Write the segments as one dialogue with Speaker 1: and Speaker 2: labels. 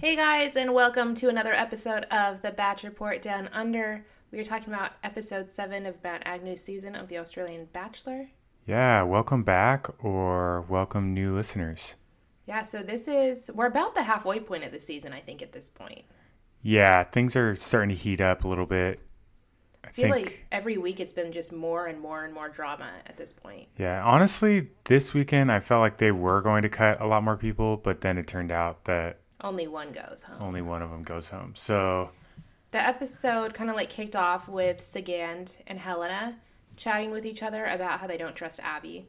Speaker 1: Hey guys, and welcome to another episode of the Batch Report Down Under. We are talking about episode seven of Mount Agnew's season of The Australian Bachelor.
Speaker 2: Yeah, welcome back or welcome new listeners.
Speaker 1: Yeah, so this is, we're about the halfway point of the season, I think, at this point.
Speaker 2: Yeah, things are starting to heat up a little bit. I
Speaker 1: I feel
Speaker 2: think
Speaker 1: like every week it's been just more and more and more drama at this point.
Speaker 2: yeah, honestly, this weekend I felt like they were going to cut a lot more people, but then it turned out that
Speaker 1: Only one goes home.
Speaker 2: only one of them goes home. So,
Speaker 1: The episode kind of like kicked off with Sagand and Helena chatting with each other about how they don't trust Abby.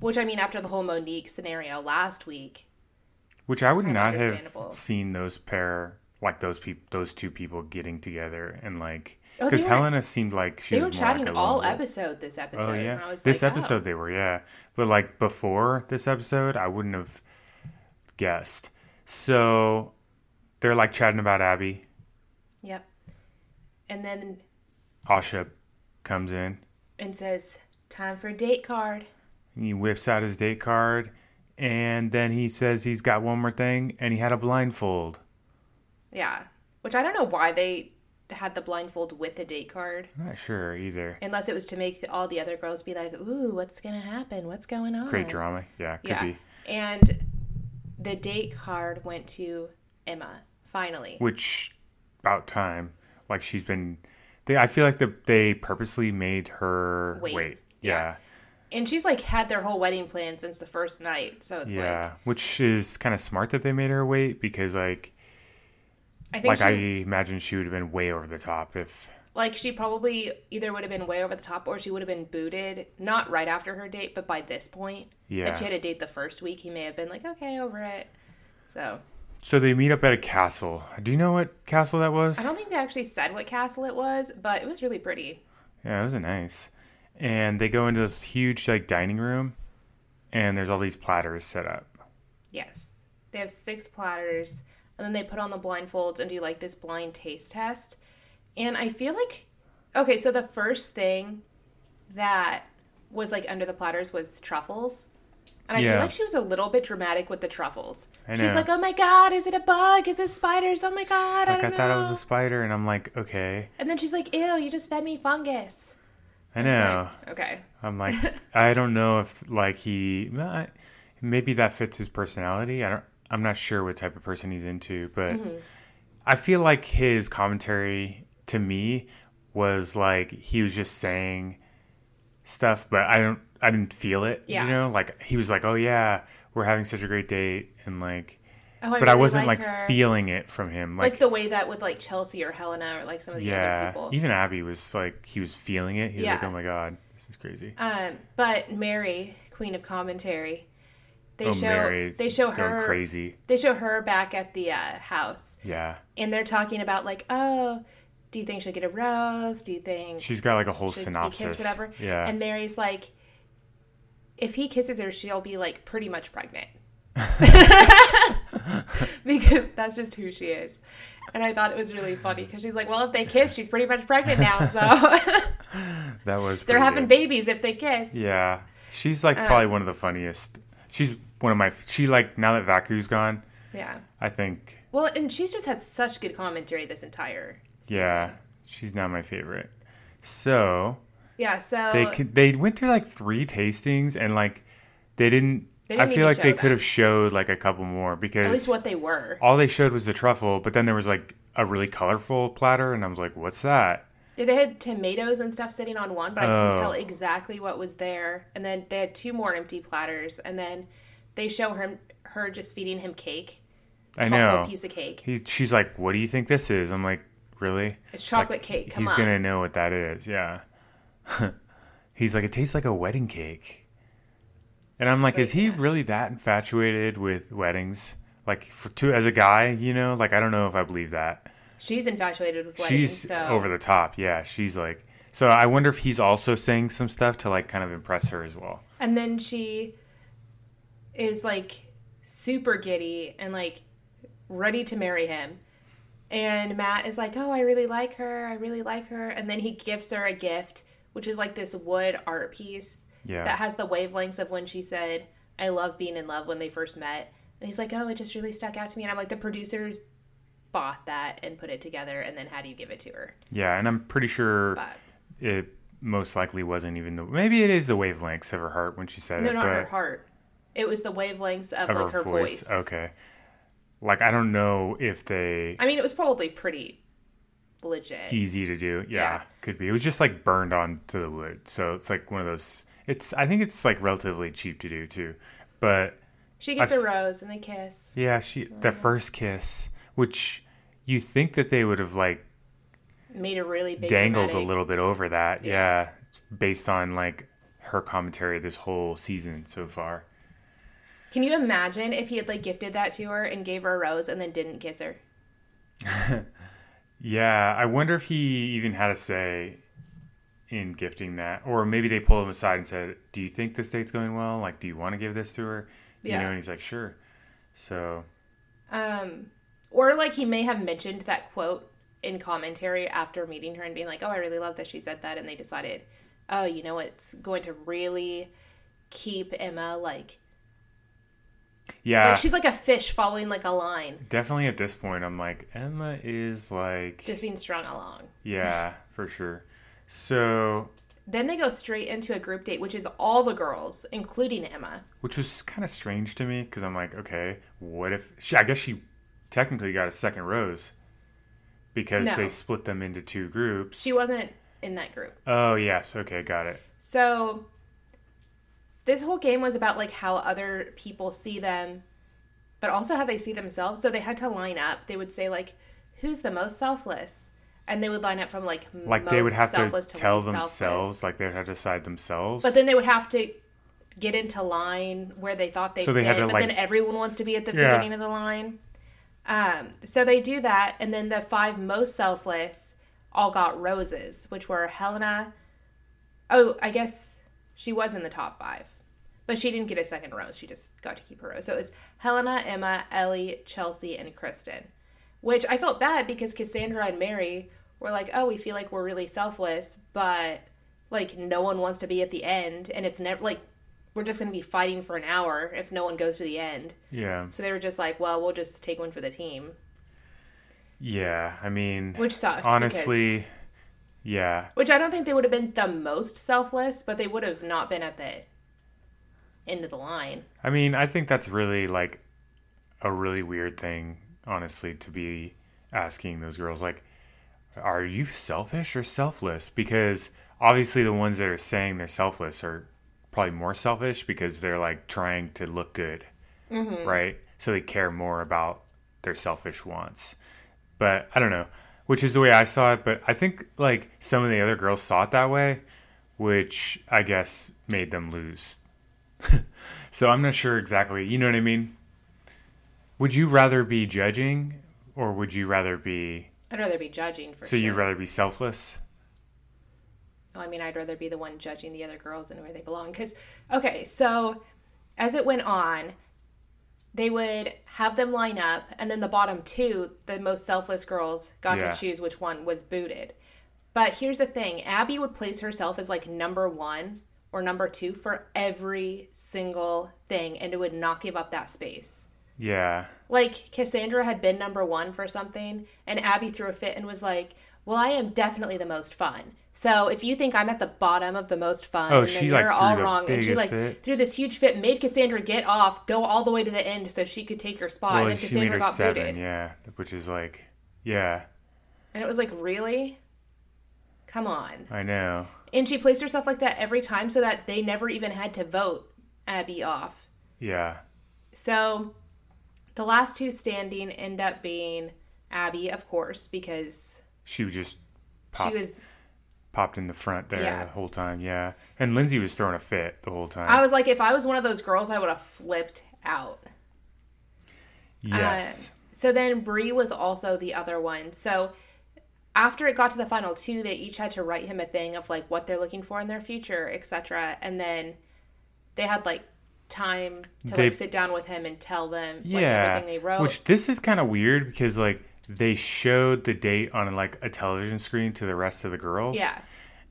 Speaker 1: Which, I mean, after the whole Monique scenario last week,
Speaker 2: which I would
Speaker 1: kind of
Speaker 2: not
Speaker 1: understandable.
Speaker 2: have seen those pair like those people those two people getting together and like
Speaker 1: Oh, they
Speaker 2: cuz
Speaker 1: were-
Speaker 2: Helena seemed like she
Speaker 1: they were
Speaker 2: was more like
Speaker 1: chatting
Speaker 2: a
Speaker 1: all
Speaker 2: lone wolf.
Speaker 1: episode this episode.
Speaker 2: Oh yeah,
Speaker 1: and I was
Speaker 2: this
Speaker 1: like, oh.
Speaker 2: episode they were yeah, but like before this episode, I wouldn't have guessed. So they're like chatting about Abby.
Speaker 1: Yep. And then
Speaker 2: Asha comes in,
Speaker 1: and says, "Time for a date card."
Speaker 2: and he whips out his date card, and then he says he's got one more thing, and he had a blindfold.
Speaker 1: Yeah. Which I don't know why they had the blindfold with the date card,
Speaker 2: I'm not sure either.
Speaker 1: unless it was to make all the other girls be like, "Ooh, what's gonna happen? What's going on?"
Speaker 2: Great drama, yeah, could
Speaker 1: Yeah.
Speaker 2: be.
Speaker 1: And the date card went to Emma. Finally.
Speaker 2: Which about time, like she's been. They, I feel like the, they purposely made her
Speaker 1: Wait.
Speaker 2: wait.
Speaker 1: Yeah.
Speaker 2: yeah.
Speaker 1: And she's like had their whole wedding plan since the first night, so it's
Speaker 2: Yeah, which is kind of smart that they made her wait because, like,
Speaker 1: like I think
Speaker 2: like
Speaker 1: she,
Speaker 2: I imagine she would have been way over the top if.
Speaker 1: like she probably either would have been way over the top or she would have been booted not right after her date but by this point
Speaker 2: Yeah.
Speaker 1: if she had a date the first week he may have been like okay over it so
Speaker 2: So they meet up at a castle. Do you know what castle that was?
Speaker 1: i don't think they actually said what castle it was but it was really pretty
Speaker 2: Yeah, it was nice. And they go into this huge like dining room, and there's all these platters set up.
Speaker 1: yes they have six platters and then they put on the blindfolds and do like this blind taste test and i feel like okay so the first thing that was like under the platters was truffles and I feel
Speaker 2: Yeah.
Speaker 1: like she was a little bit dramatic with the truffles.
Speaker 2: I
Speaker 1: She was
Speaker 2: know.
Speaker 1: like, "Oh my god, is it a bug? Is it spiders? Oh my god, I
Speaker 2: Like I,
Speaker 1: don't
Speaker 2: thought
Speaker 1: know."
Speaker 2: it was a spider, and I'm like, okay,
Speaker 1: And then she's like, "Ew, you just fed me fungus."
Speaker 2: I
Speaker 1: It's
Speaker 2: know.
Speaker 1: like, okay.
Speaker 2: I'm like, I don't know if like he, well, I- maybe that fits his personality. I don't. I'm not sure what type of person he's into, but
Speaker 1: Mm-hmm.
Speaker 2: I feel like his commentary to me was like he was just saying stuff, but I don't. I didn't feel it.
Speaker 1: Yeah.
Speaker 2: You know, like he was like, "Oh yeah, we're having such a great date," and like,
Speaker 1: Oh,
Speaker 2: but I
Speaker 1: really
Speaker 2: wasn't like,
Speaker 1: her.
Speaker 2: feeling it from him.
Speaker 1: like,
Speaker 2: Like,
Speaker 1: the way that with like Chelsea or Helena or like some of the other
Speaker 2: yeah,
Speaker 1: people.
Speaker 2: even Abby was like, he was feeling it. He was like,
Speaker 1: Yeah.
Speaker 2: "Oh my god, this is crazy."
Speaker 1: Um, but Mary, Queen of Commentary, they
Speaker 2: oh,
Speaker 1: show
Speaker 2: Mary's
Speaker 1: they show
Speaker 2: going
Speaker 1: her
Speaker 2: crazy.
Speaker 1: they show her back at the uh, house,
Speaker 2: Yeah.
Speaker 1: and they're talking about like, "Oh, do you think she'll get a rose? Do you think
Speaker 2: She's got like a whole
Speaker 1: should be
Speaker 2: synopsis.
Speaker 1: kissed, whatever.
Speaker 2: Yeah.
Speaker 1: And Mary's like, if he kisses her, she'll be like pretty much pregnant. because that's just who she is. And I thought it was really funny because she's like, well, if they kiss, she's pretty much pregnant now. So
Speaker 2: that was
Speaker 1: they're
Speaker 2: pretty
Speaker 1: having uh,
Speaker 2: good.
Speaker 1: babies if they kiss.
Speaker 2: Yeah. She's like probably one of the funniest. She's one of my she like now that Vaku's gone,
Speaker 1: Yeah.
Speaker 2: I think
Speaker 1: Well, and she's just had such good commentary this entire season.
Speaker 2: yeah, she's now my favorite. So,
Speaker 1: Yeah. So
Speaker 2: they could, they went through like three tastings and like they didn't,
Speaker 1: They didn't
Speaker 2: I
Speaker 1: even
Speaker 2: feel like
Speaker 1: show
Speaker 2: they
Speaker 1: them.
Speaker 2: could have showed like a couple more
Speaker 1: at
Speaker 2: because
Speaker 1: least what they were.
Speaker 2: all they showed was the truffle, but then there was like a really colorful platter and I was like, "What's that?"
Speaker 1: Yeah, they had tomatoes and stuff sitting on one, but I couldn't
Speaker 2: Oh.
Speaker 1: tell exactly what was there. And then they had two more empty platters, and then they show her her just feeding him cake,
Speaker 2: I
Speaker 1: a whole
Speaker 2: know.
Speaker 1: piece of cake.
Speaker 2: He, she's like, "What do you think this is?" I'm like, "Really?"
Speaker 1: It's chocolate cake. Come
Speaker 2: he's
Speaker 1: on,
Speaker 2: gonna know what that is. Yeah. he's like, it tastes like a wedding cake. And I'm like,
Speaker 1: like,
Speaker 2: is he
Speaker 1: yeah.
Speaker 2: really that infatuated with weddings? Like, for two as a guy, you know, like I don't know if I believe that.
Speaker 1: she's infatuated with weddings.
Speaker 2: she's
Speaker 1: so
Speaker 2: over the top. Yeah, she's like. So I wonder if he's also saying some stuff to like kind of impress her as well.
Speaker 1: and then she is like super giddy and like ready to marry him. And Matt is like, "Oh, I really like her. I really like her." And then he gives her a gift, which is like this wood art piece.
Speaker 2: Yeah.
Speaker 1: that has the wavelengths of when she said, I love being in love when they first met, And he's like, "Oh, it just really stuck out to me." And I'm like, "The producers bought that and put it together, and then how do you give it to her?"
Speaker 2: Yeah, and I'm pretty sure
Speaker 1: But
Speaker 2: it most likely wasn't even the. Maybe it is the wavelengths of her heart when she said
Speaker 1: no,
Speaker 2: it.
Speaker 1: not
Speaker 2: but
Speaker 1: her heart. It was the wavelengths of,
Speaker 2: Of
Speaker 1: like her voice.
Speaker 2: Okay. Like I don't know if they
Speaker 1: I mean, it was probably pretty legit.
Speaker 2: easy to do. Yeah,
Speaker 1: Yeah.
Speaker 2: could be. It was just like burned onto the wood, so it's like one of those. It's I think it's like relatively cheap to do too, but
Speaker 1: She gets
Speaker 2: I've
Speaker 1: a rose and they kiss.
Speaker 2: yeah, she the first kiss, which you think that they would have like
Speaker 1: Made a really big
Speaker 2: dangled
Speaker 1: dramatic-
Speaker 2: a little bit over that,
Speaker 1: Yeah.
Speaker 2: yeah, based on like her commentary this whole season so far.
Speaker 1: Can you imagine if he had like gifted that to her and gave her a rose and then didn't kiss her?
Speaker 2: Yeah, I wonder if he even had a say in gifting that, or maybe they pulled him aside and said, "Do you think this date's going well? Like, do you want to give this to her?" You
Speaker 1: Yeah.
Speaker 2: know, and he's like, "Sure." So
Speaker 1: Um, or like he may have mentioned that quote in commentary after meeting her and being like, "Oh, I really love that she said that," and they decided, "Oh, you know, it's going to really keep Emma like
Speaker 2: yeah,
Speaker 1: like she's like a fish following like a line,
Speaker 2: definitely at this point, I'm like, Emma is like,
Speaker 1: just being strung along."
Speaker 2: yeah, for sure. So,
Speaker 1: Then they go straight into a group date, which is all the girls, including Emma.
Speaker 2: which was kind of strange to me because I'm like, okay, what if she? I guess she technically got a second rose because
Speaker 1: No.
Speaker 2: they split them into two groups.
Speaker 1: She wasn't in that group.
Speaker 2: oh yes, okay, got it.
Speaker 1: So this whole game was about like how other people see them, but also how they see themselves. So they had to line up. They would say like, "Who's the most selfless?" And they would line up from like m-
Speaker 2: like they would
Speaker 1: most
Speaker 2: have to
Speaker 1: selfless
Speaker 2: tell
Speaker 1: least selfless.
Speaker 2: themselves like they'd have to decide themselves
Speaker 1: But then they would have to get into line where they thought they
Speaker 2: So they
Speaker 1: fit.
Speaker 2: had to,
Speaker 1: but
Speaker 2: like-
Speaker 1: then everyone wants to be at the
Speaker 2: Yeah.
Speaker 1: beginning of the line. Um, so they do that, and then the five most selfless all got roses, which were Helena. Oh, I guess she was in the top five, but she didn't get a second rose. She just got to keep her rose. So it was Helena, Emma, Ellie, Chelsea, and Kristen. Which I felt bad because Cassandra and Mary were like, "Oh, we feel like we're really selfless, but like no one wants to be at the end, and it's never like we're just gonna be fighting for an hour if no one goes to the end."
Speaker 2: yeah
Speaker 1: So they were just like, well, we'll just take one for the team,
Speaker 2: yeah i mean
Speaker 1: which sucked. because-
Speaker 2: honestly yeah
Speaker 1: which I don't think they would have been the most selfless, but they would have not been at the end of the line.
Speaker 2: i mean i think that's really like a really weird thing honestly to be asking those girls like are you selfish or selfless because obviously the ones that are saying they're selfless are probably more selfish because they're like trying to look good right? So they care more about their selfish wants. But I don't know, which is the way I saw it. But I think like some of the other girls saw it that way, which I guess made them lose. so I'm not sure exactly. You know what I mean? Would you rather be judging or would you rather be.
Speaker 1: I'd rather be judging for
Speaker 2: So
Speaker 1: sure.
Speaker 2: you'd rather be selfless?
Speaker 1: Well, I mean, I'd rather be the one judging the other girls and where they belong. Because, okay, so as it went on, they would have them line up, and then the bottom two, the most selfless girls, got
Speaker 2: Yeah.
Speaker 1: to choose which one was booted. But here's the thing Abby would place herself as like number one or number two for every single thing, and it would not give up that space.
Speaker 2: Yeah.
Speaker 1: Like Cassandra had been number one for something, and Abby threw a fit and was like, "Well, I am definitely the most fun. So if you think I'm at the bottom of the most fun,
Speaker 2: Oh,
Speaker 1: then
Speaker 2: she,
Speaker 1: you're
Speaker 2: like,
Speaker 1: all
Speaker 2: threw the
Speaker 1: wrong." And she
Speaker 2: biggest
Speaker 1: like
Speaker 2: fit.
Speaker 1: threw this huge fit, made Cassandra get off, go all the way to the end so she could take her spot, and
Speaker 2: Well,
Speaker 1: then
Speaker 2: she made
Speaker 1: Cassandra
Speaker 2: her
Speaker 1: got
Speaker 2: seven.
Speaker 1: booted.
Speaker 2: Yeah. Which is like, yeah,
Speaker 1: And it was like, really? Come on.
Speaker 2: I know.
Speaker 1: And she placed herself like that every time, so that they never even had to vote Abby off.
Speaker 2: Yeah.
Speaker 1: So the last two standing end up being Abby, of course, because
Speaker 2: She just popped
Speaker 1: she was
Speaker 2: popped in the front there
Speaker 1: Yeah.
Speaker 2: the whole time. Yeah, and Lindsay was throwing a fit the whole time.
Speaker 1: I was like, if I was one of those girls, I would have flipped out.
Speaker 2: yes,
Speaker 1: Uh, so then Bree was also the other one. So after it got to the final two, they each had to write him a thing of like what they're looking for in their future, etc. And then they had like time to
Speaker 2: They-
Speaker 1: like sit down with him and tell them like
Speaker 2: yeah.
Speaker 1: everything they wrote.
Speaker 2: Which this is kind of weird because like they showed the date on like a television screen to the rest of the girls.
Speaker 1: yeah.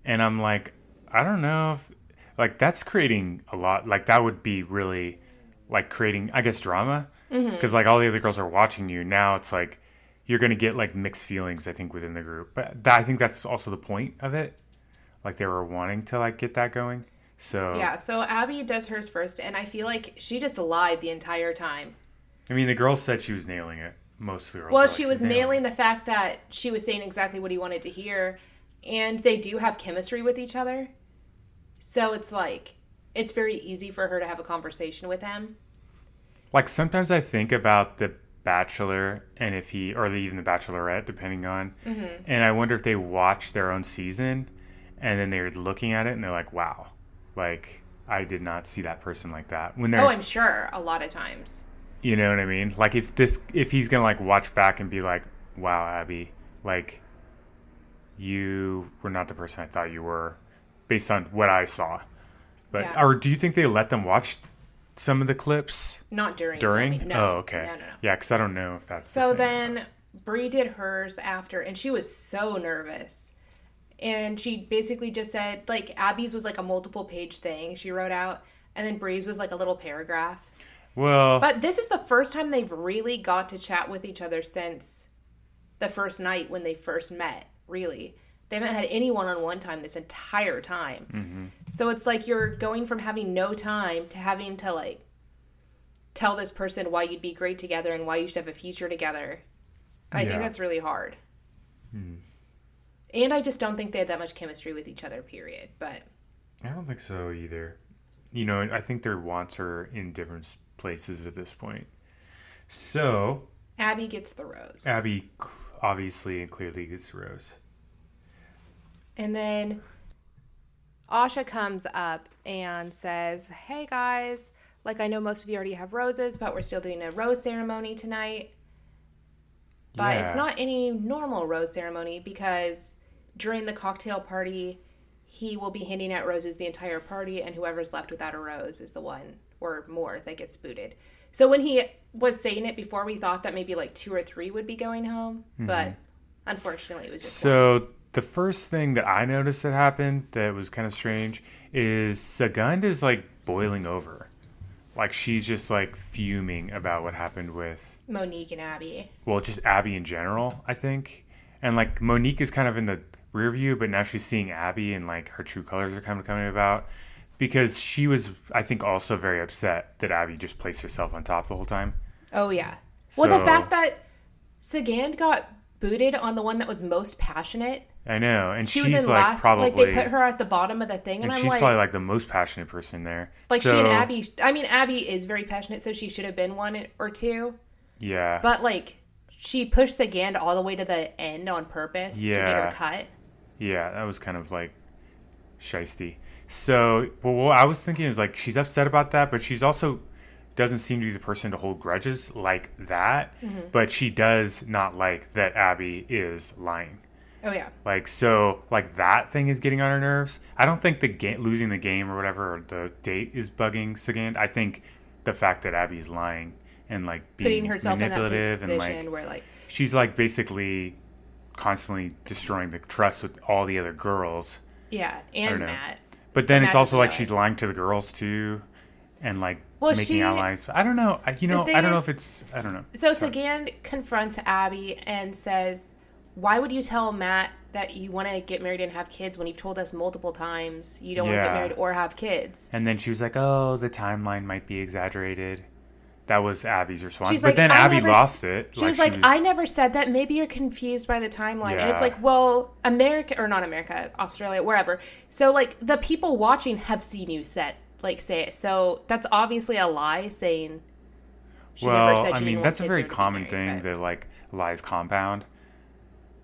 Speaker 2: and I'm like, I don't know if like that's creating a lot. Like that would be really like creating, I guess, drama.
Speaker 1: Mm-hmm.
Speaker 2: because like all the other girls are watching you now it's like you're gonna get like mixed feelings i think within the group but that, i think that's also the point of it like they were wanting to like get that going so
Speaker 1: Yeah, so Abby does hers first, and I feel like she just lied the entire time.
Speaker 2: i mean the girls said she was nailing it most of the girls
Speaker 1: Well,
Speaker 2: were like,
Speaker 1: she
Speaker 2: "She's
Speaker 1: was
Speaker 2: nailing it."
Speaker 1: nailing the fact that she was saying exactly what he wanted to hear, and they do have chemistry with each other. So it's like, it's very easy for her to have a conversation with him.
Speaker 2: Like sometimes I think about the Bachelor and if he, or even the Bachelorette, depending on,
Speaker 1: Mm-hmm.
Speaker 2: and I wonder if they watch their own season and then they're looking at it and they're like, wow, like I did not see that person like that. When they're,
Speaker 1: Oh, I'm sure, a lot of times.
Speaker 2: you know what I mean? Like if this, if he's gonna like watch back and be like, wow, Abby, like you were not the person I thought you were based on what I saw. But,
Speaker 1: Yeah.
Speaker 2: or do you think they let them watch some of the clips?
Speaker 1: Not during.
Speaker 2: during
Speaker 1: filming, No.
Speaker 2: oh okay
Speaker 1: No, no, no.
Speaker 2: yeah because i don't know if that's the
Speaker 1: So
Speaker 2: thing.
Speaker 1: then Brie did hers after, and she was so nervous. And she basically just said, like, Abby's was like a multiple page thing she wrote out, and then Bree's was like a little paragraph.
Speaker 2: well
Speaker 1: But this is the first time they've really got to chat with each other since the first night when they first met, really. They haven't had any one on one time this entire time. So it's like you're going from having no time to having to like tell this person why you'd be great together and why you should have a future together. I
Speaker 2: Yeah.
Speaker 1: think that's really hard. And I just don't think they had that much chemistry with each other, period. But
Speaker 2: i don't think so either you know i think their wants are in different s- places at this point so
Speaker 1: Abby gets the rose.
Speaker 2: abby cl- obviously and clearly gets rose
Speaker 1: And then Asha comes up and says, Hey guys, like I know most of you already have roses, but we're still doing a rose ceremony tonight. But it's
Speaker 2: Yeah.
Speaker 1: not any normal rose ceremony because during the cocktail party, he will be handing out roses the entire party, and whoever's left without a rose is the one or more that gets booted. So when he was saying it before, we thought that maybe like two or three would be going home, but unfortunately, it was just
Speaker 2: Mm-hmm. so the first thing that i noticed that happened that was kind of strange is sagund is like boiling over like she's just like fuming about what happened with
Speaker 1: Monique and Abby.
Speaker 2: well, just Abby in general, I think. And like Monique is kind of in the rear view, but now she's seeing Abby and like her true colors are kind of coming about because she was, I think, also very upset that Abby just placed herself on top the whole time.
Speaker 1: Oh yeah. well, the
Speaker 2: So-
Speaker 1: fact that Sagand got booted on the one that was most passionate,
Speaker 2: I know. And
Speaker 1: she
Speaker 2: she's
Speaker 1: was in
Speaker 2: like
Speaker 1: last.
Speaker 2: probably,
Speaker 1: Like they put her at the bottom of the thing, and,
Speaker 2: and
Speaker 1: I'm
Speaker 2: she's
Speaker 1: like,
Speaker 2: probably
Speaker 1: like,
Speaker 2: like the most passionate person there.
Speaker 1: she and
Speaker 2: So,
Speaker 1: Abby. I mean, Abby is very passionate, so she should have been one or two.
Speaker 2: Yeah.
Speaker 1: But like, she pushed Sagand all the way to the end on purpose to get her
Speaker 2: Yeah.
Speaker 1: cut.
Speaker 2: Yeah, that was kind of like shisty. So, well, what I was thinking is like she's upset about that, but she's also doesn't seem to be the person to hold grudges like that.
Speaker 1: Mm-hmm.
Speaker 2: But she does not like that Abby is lying.
Speaker 1: Oh yeah.
Speaker 2: Like so, like that thing is getting on her nerves. I don't think the game, losing the game or whatever, or the date is bugging Sagand. I think the fact that Abby's lying and like being
Speaker 1: Putting herself in that
Speaker 2: manipulative
Speaker 1: position
Speaker 2: and like
Speaker 1: where like,
Speaker 2: she's like basically constantly destroying the trust with all the other girls.
Speaker 1: yeah,
Speaker 2: don't
Speaker 1: and
Speaker 2: know.
Speaker 1: Matt.
Speaker 2: But then
Speaker 1: Matt
Speaker 2: it's also
Speaker 1: doesn't
Speaker 2: like
Speaker 1: know it.
Speaker 2: she's lying to the girls too, and like
Speaker 1: Well,
Speaker 2: making
Speaker 1: she-
Speaker 2: allies. I don't know. I, you know,
Speaker 1: thing
Speaker 2: I don't know
Speaker 1: is-
Speaker 2: if it's. I don't know.
Speaker 1: So
Speaker 2: Sorry.
Speaker 1: Sagand confronts Abby and says, "Why would you tell Matt that you want to get married and have kids when you've told us multiple times you don't want to
Speaker 2: Yeah.
Speaker 1: get married or have kids?"
Speaker 2: And then she was like, "Oh, the timeline might be exaggerated." That was Abby's response.
Speaker 1: She's
Speaker 2: but
Speaker 1: like,
Speaker 2: then
Speaker 1: "I
Speaker 2: Abby
Speaker 1: never s-
Speaker 2: lost it.
Speaker 1: She was like, "I never said that. Maybe you're confused by the timeline." And it's
Speaker 2: Yeah.
Speaker 1: like, "Well, America or not America, Australia, wherever." So like the people watching have seen you set like say it. So that's obviously a lie saying. She never
Speaker 2: Well,
Speaker 1: said
Speaker 2: I
Speaker 1: she didn't
Speaker 2: mean,
Speaker 1: want
Speaker 2: that's a
Speaker 1: kids or
Speaker 2: very
Speaker 1: to be
Speaker 2: common
Speaker 1: married,
Speaker 2: thing
Speaker 1: but- mm-hmm.
Speaker 2: that like lies compound.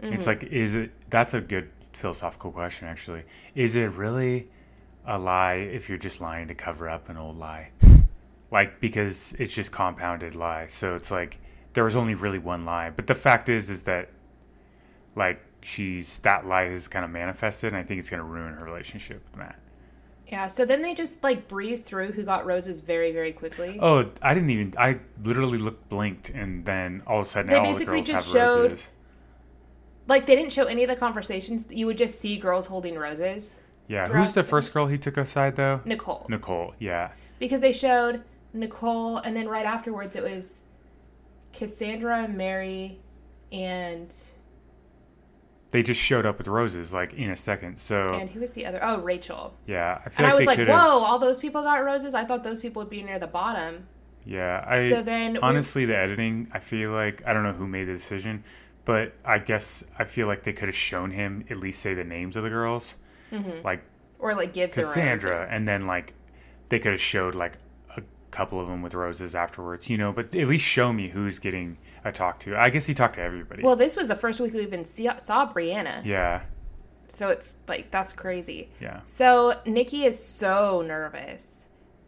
Speaker 2: It's like, is it? That's a good philosophical question, actually. Is it really a lie if you're just lying to cover up an old lie? Like because it's just compounded lie. So it's like there was only really one lie, but the fact is, is that like she's that lie is kind of manifested, and I think it's going to ruin her relationship with Matt.
Speaker 1: Yeah, so then they just like breeze through who got roses very, very quickly.
Speaker 2: Oh, I didn't even. I literally looked blinked, and then all of a sudden,
Speaker 1: They
Speaker 2: all the
Speaker 1: basically
Speaker 2: girls
Speaker 1: just
Speaker 2: have
Speaker 1: showed-
Speaker 2: roses.
Speaker 1: Like they didn't show any of the conversations. You would just see girls holding roses.
Speaker 2: Yeah,
Speaker 1: Throughout
Speaker 2: who's the
Speaker 1: the-
Speaker 2: first girl he took aside though?
Speaker 1: Nicole.
Speaker 2: Nicole. Yeah,
Speaker 1: Because they showed Nicole and then right afterwards it was Cassandra, Mary, and
Speaker 2: They just showed up with roses like in a second. So
Speaker 1: and who was the other? Oh, Rachel.
Speaker 2: yeah, I feel
Speaker 1: And I was
Speaker 2: they
Speaker 1: like,
Speaker 2: could
Speaker 1: whoa!
Speaker 2: have.
Speaker 1: All those people got roses. I thought those people would be near the bottom.
Speaker 2: Yeah, I
Speaker 1: so then, we-
Speaker 2: honestly the editing. I feel like I don't know who made the decision, but I guess I feel like they could have shown him at least say the names of the girls,
Speaker 1: Mhm.
Speaker 2: like
Speaker 1: or like give the rose.
Speaker 2: Cassandra, and then like they could have showed like a couple of them with roses afterwards, you know. But at least show me who's getting a talk to. I guess he talked to everybody.
Speaker 1: Well, this was the first week we even see, saw Brianna,
Speaker 2: yeah,
Speaker 1: so it's like that's crazy.
Speaker 2: yeah.
Speaker 1: So Nikki is so nervous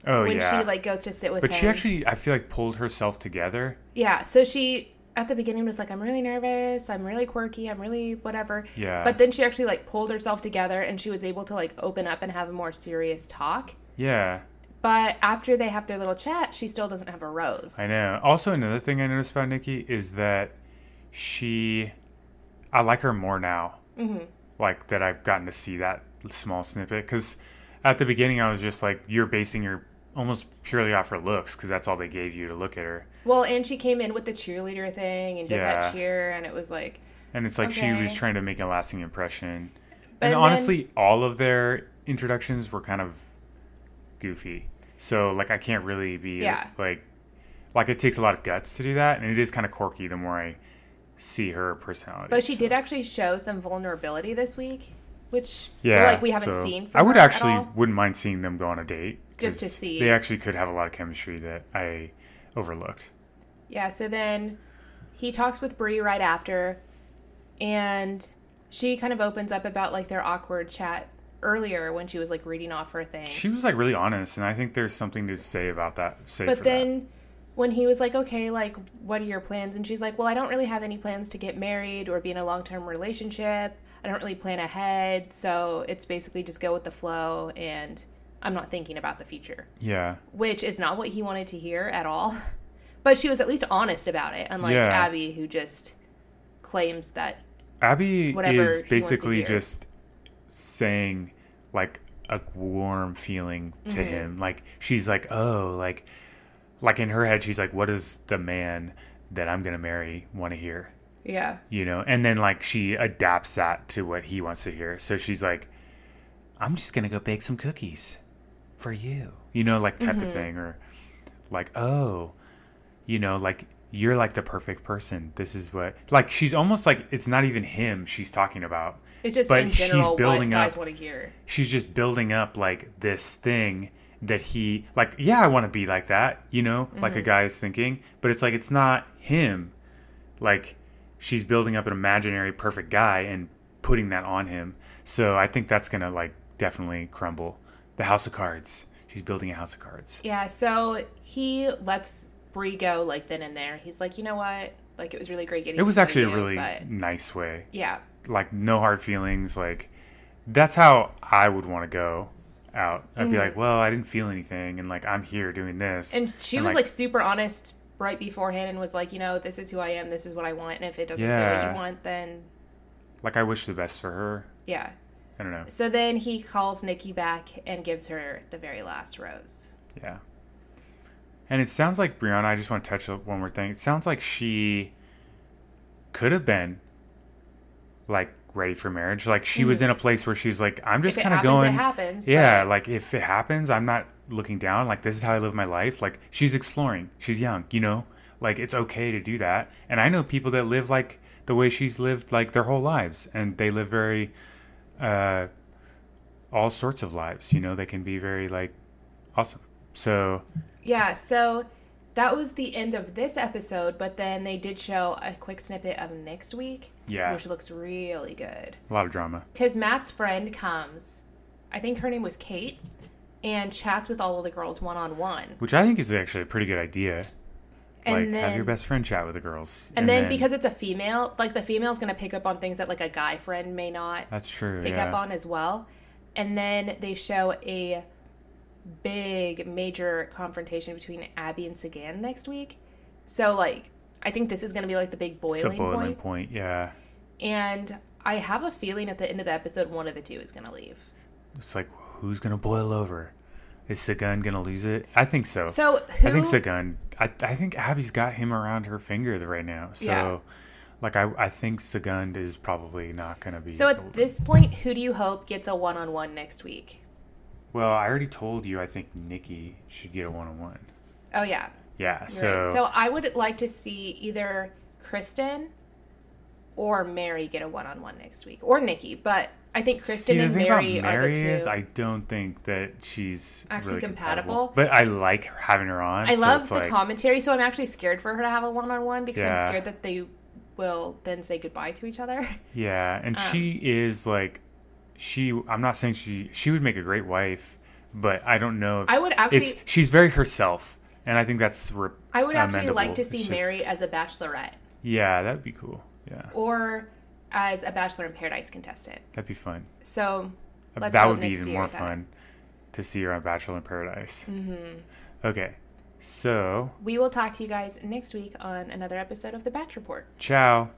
Speaker 2: Oh
Speaker 1: when
Speaker 2: yeah.
Speaker 1: she like goes to sit with
Speaker 2: but
Speaker 1: him.
Speaker 2: she actually, I feel like pulled herself together.
Speaker 1: yeah. So she at the beginning was like, "I'm really nervous. I'm really quirky. I'm really whatever."
Speaker 2: Yeah.
Speaker 1: But then she actually like pulled herself together and she was able to like open up and have a more serious talk.
Speaker 2: yeah.
Speaker 1: But after they have their little chat, she still doesn't have a rose.
Speaker 2: I know. Also, another thing I noticed about Nikki is that she, I like her more now.
Speaker 1: Mhm.
Speaker 2: Like that, I've gotten to see that small snippet because at the beginning I was just like, you're basing your almost purely off her looks because that's all they gave you to look at her,
Speaker 1: Well, and she came in with the cheerleader thing and did
Speaker 2: Yeah.
Speaker 1: that cheer, and it was like,
Speaker 2: and it's like she was
Speaker 1: Okay.
Speaker 2: trying to make a lasting impression.
Speaker 1: But
Speaker 2: and
Speaker 1: then-
Speaker 2: honestly, all of their introductions were kind of goofy. So like, I can't really be
Speaker 1: Yeah.
Speaker 2: like, like it takes a lot of guts to do that, and it is kind of quirky the more I see her personality.
Speaker 1: but she
Speaker 2: so.
Speaker 1: did actually show some vulnerability this week, which
Speaker 2: Yeah,
Speaker 1: like we haven't
Speaker 2: so
Speaker 1: seen. From
Speaker 2: I would
Speaker 1: her at
Speaker 2: actually
Speaker 1: all.
Speaker 2: wouldn't mind seeing them go on a date
Speaker 1: Just to
Speaker 2: 'cause
Speaker 1: see.
Speaker 2: They actually could have a lot of chemistry that I overlooked.
Speaker 1: Yeah, so then he talks with Bree right after and she kind of opens up about like their awkward chat earlier when she was like reading off her thing.
Speaker 2: She was like really honest, and I think there's something to say about that. Say for
Speaker 1: but
Speaker 2: that.
Speaker 1: then when he was like, "Okay, like what are your plans?" and she's like, "Well, I don't really have any plans to get married or be in a long-term relationship. I don't really plan ahead, so it's basically just go with the flow and I'm not thinking about the future."
Speaker 2: yeah,
Speaker 1: which is not what he wanted to hear at all. But she was at least honest about it, unlike
Speaker 2: Yeah.
Speaker 1: Abby, who just claims that.
Speaker 2: Abby
Speaker 1: Whatever he wants
Speaker 2: is
Speaker 1: to
Speaker 2: basically
Speaker 1: hear.
Speaker 2: just saying like a warm feeling to
Speaker 1: Mm-hmm.
Speaker 2: him. Like she's like, oh, like, like in her head, she's like, what does the man that I'm gonna marry want to hear?
Speaker 1: Yeah.
Speaker 2: you know and then like she adapts that to what he wants to hear so she's like i'm just gonna go bake some cookies for you you know like type of thing or like oh you know like you're like the perfect person this is what like she's almost like it's not even him she's talking about
Speaker 1: It's just
Speaker 2: But
Speaker 1: in
Speaker 2: she's
Speaker 1: general
Speaker 2: building
Speaker 1: what guys
Speaker 2: up-
Speaker 1: want to hear.
Speaker 2: she's just building up like this thing that he like yeah i want to be like that you know like
Speaker 1: Mm-hmm.
Speaker 2: a guy is thinking but it's like it's not him like she's building up an imaginary perfect guy and putting that on him so i think that's gonna like definitely crumble the house of cards she's building a house of cards
Speaker 1: Yeah, so he lets Brie go like then and there. He's like, you know what? Like it was really great getting.
Speaker 2: it was
Speaker 1: to know
Speaker 2: actually a
Speaker 1: you,
Speaker 2: really
Speaker 1: but-
Speaker 2: nice way
Speaker 1: yeah,
Speaker 2: like no hard feelings like that's how i would want to go out i'd
Speaker 1: Mm-hmm.
Speaker 2: be like well i didn't feel anything and like i'm here doing this
Speaker 1: and she
Speaker 2: And,
Speaker 1: was
Speaker 2: like-
Speaker 1: like, super honest right beforehand and was like, you know, this is who I am. This is what I want. And if it doesn't fit what
Speaker 2: Yeah.
Speaker 1: you want, then
Speaker 2: like I wish the best for her.
Speaker 1: yeah.
Speaker 2: I don't know.
Speaker 1: So then he calls Nikki back and gives her the very last rose.
Speaker 2: Yeah. And it sounds like Brianna, I just want to touch on one more thing. It sounds like she could have been like ready for marriage. Like she was in a place where she's like, I'm just
Speaker 1: Mm-hmm. if it
Speaker 2: kind
Speaker 1: happens,
Speaker 2: of going.
Speaker 1: It happens.
Speaker 2: yeah, like if it happens, I'm not looking down. Like this is how I live my life. Like she's exploring. She's young, you know? Like it's okay to do that. And I know people that live like the way she's lived like their whole lives and they live very uh all sorts of lives, you know, they can be very like awesome. So,
Speaker 1: Yeah. So that was the end of this episode, but then they did show a quick snippet of next week,
Speaker 2: yeah,
Speaker 1: which looks really good.
Speaker 2: a lot of drama.
Speaker 1: Because Matt's friend comes, I think her name was Kate, and chats with all of the girls one on one.
Speaker 2: Which I think is actually a pretty good idea. like
Speaker 1: And
Speaker 2: have your
Speaker 1: then.
Speaker 2: best friend chat with the girls.
Speaker 1: And then, because it's a female, like the female's gonna pick up on things that like a guy friend may not
Speaker 2: that's true.
Speaker 1: pick
Speaker 2: yeah.
Speaker 1: up on as well. And then they show a big major confrontation between Abby and Sagan next week. So like I think this is going to be like the big
Speaker 2: It's a
Speaker 1: boiling,
Speaker 2: boiling
Speaker 1: point.
Speaker 2: point, yeah.
Speaker 1: And I have a feeling at the end of the episode one of the two is going to leave.
Speaker 2: It's like who's gonna boil over? Is Sagun gonna lose it? I think so.
Speaker 1: So who?
Speaker 2: Oh. I think Sagun. I, I think Abby's got him around her finger th- right now. So,
Speaker 1: Yeah.
Speaker 2: like, I, I think Sagund is probably not gonna be.
Speaker 1: So at this point, who do you hope gets a one-on-one next week?
Speaker 2: well, I already told you. I think Nikki should get a one on one.
Speaker 1: Oh yeah,
Speaker 2: Yeah.
Speaker 1: you're
Speaker 2: So,
Speaker 1: right. so I would like to see either Kristen or Mary get a one-on-one next week, or Nikki. But I think Kristen
Speaker 2: See, the
Speaker 1: and
Speaker 2: thing
Speaker 1: Mary,
Speaker 2: about
Speaker 1: are the
Speaker 2: Mary
Speaker 1: two.
Speaker 2: is I don't think that she's
Speaker 1: Actually
Speaker 2: really
Speaker 1: compatible.
Speaker 2: But I like having her on.
Speaker 1: I
Speaker 2: so
Speaker 1: love
Speaker 2: it's
Speaker 1: the
Speaker 2: like,
Speaker 1: commentary, so I'm actually scared for her to have a one-on-one because I'm
Speaker 2: Yeah.
Speaker 1: scared that they will then say goodbye to each other.
Speaker 2: Yeah, and
Speaker 1: Um,
Speaker 2: she is like, she. I'm not saying she she would make a great wife, but I don't know. If,
Speaker 1: I would actually-
Speaker 2: It's, she's very herself, and I think that's. Re-
Speaker 1: I would actually like
Speaker 2: amendable.
Speaker 1: to see
Speaker 2: It's just-
Speaker 1: Mary as a bachelorette
Speaker 2: Yeah, that'd be cool. Yeah,
Speaker 1: or as a Bachelor in Paradise contestant.
Speaker 2: that'd be fun.
Speaker 1: So Let's
Speaker 2: that
Speaker 1: hope
Speaker 2: would be
Speaker 1: next
Speaker 2: even
Speaker 1: year
Speaker 2: more
Speaker 1: that-
Speaker 2: fun to see her on Bachelor in Paradise. Mm-hmm. Okay, so
Speaker 1: we will talk to you guys next week on another episode of The Batch Report.
Speaker 2: ciao.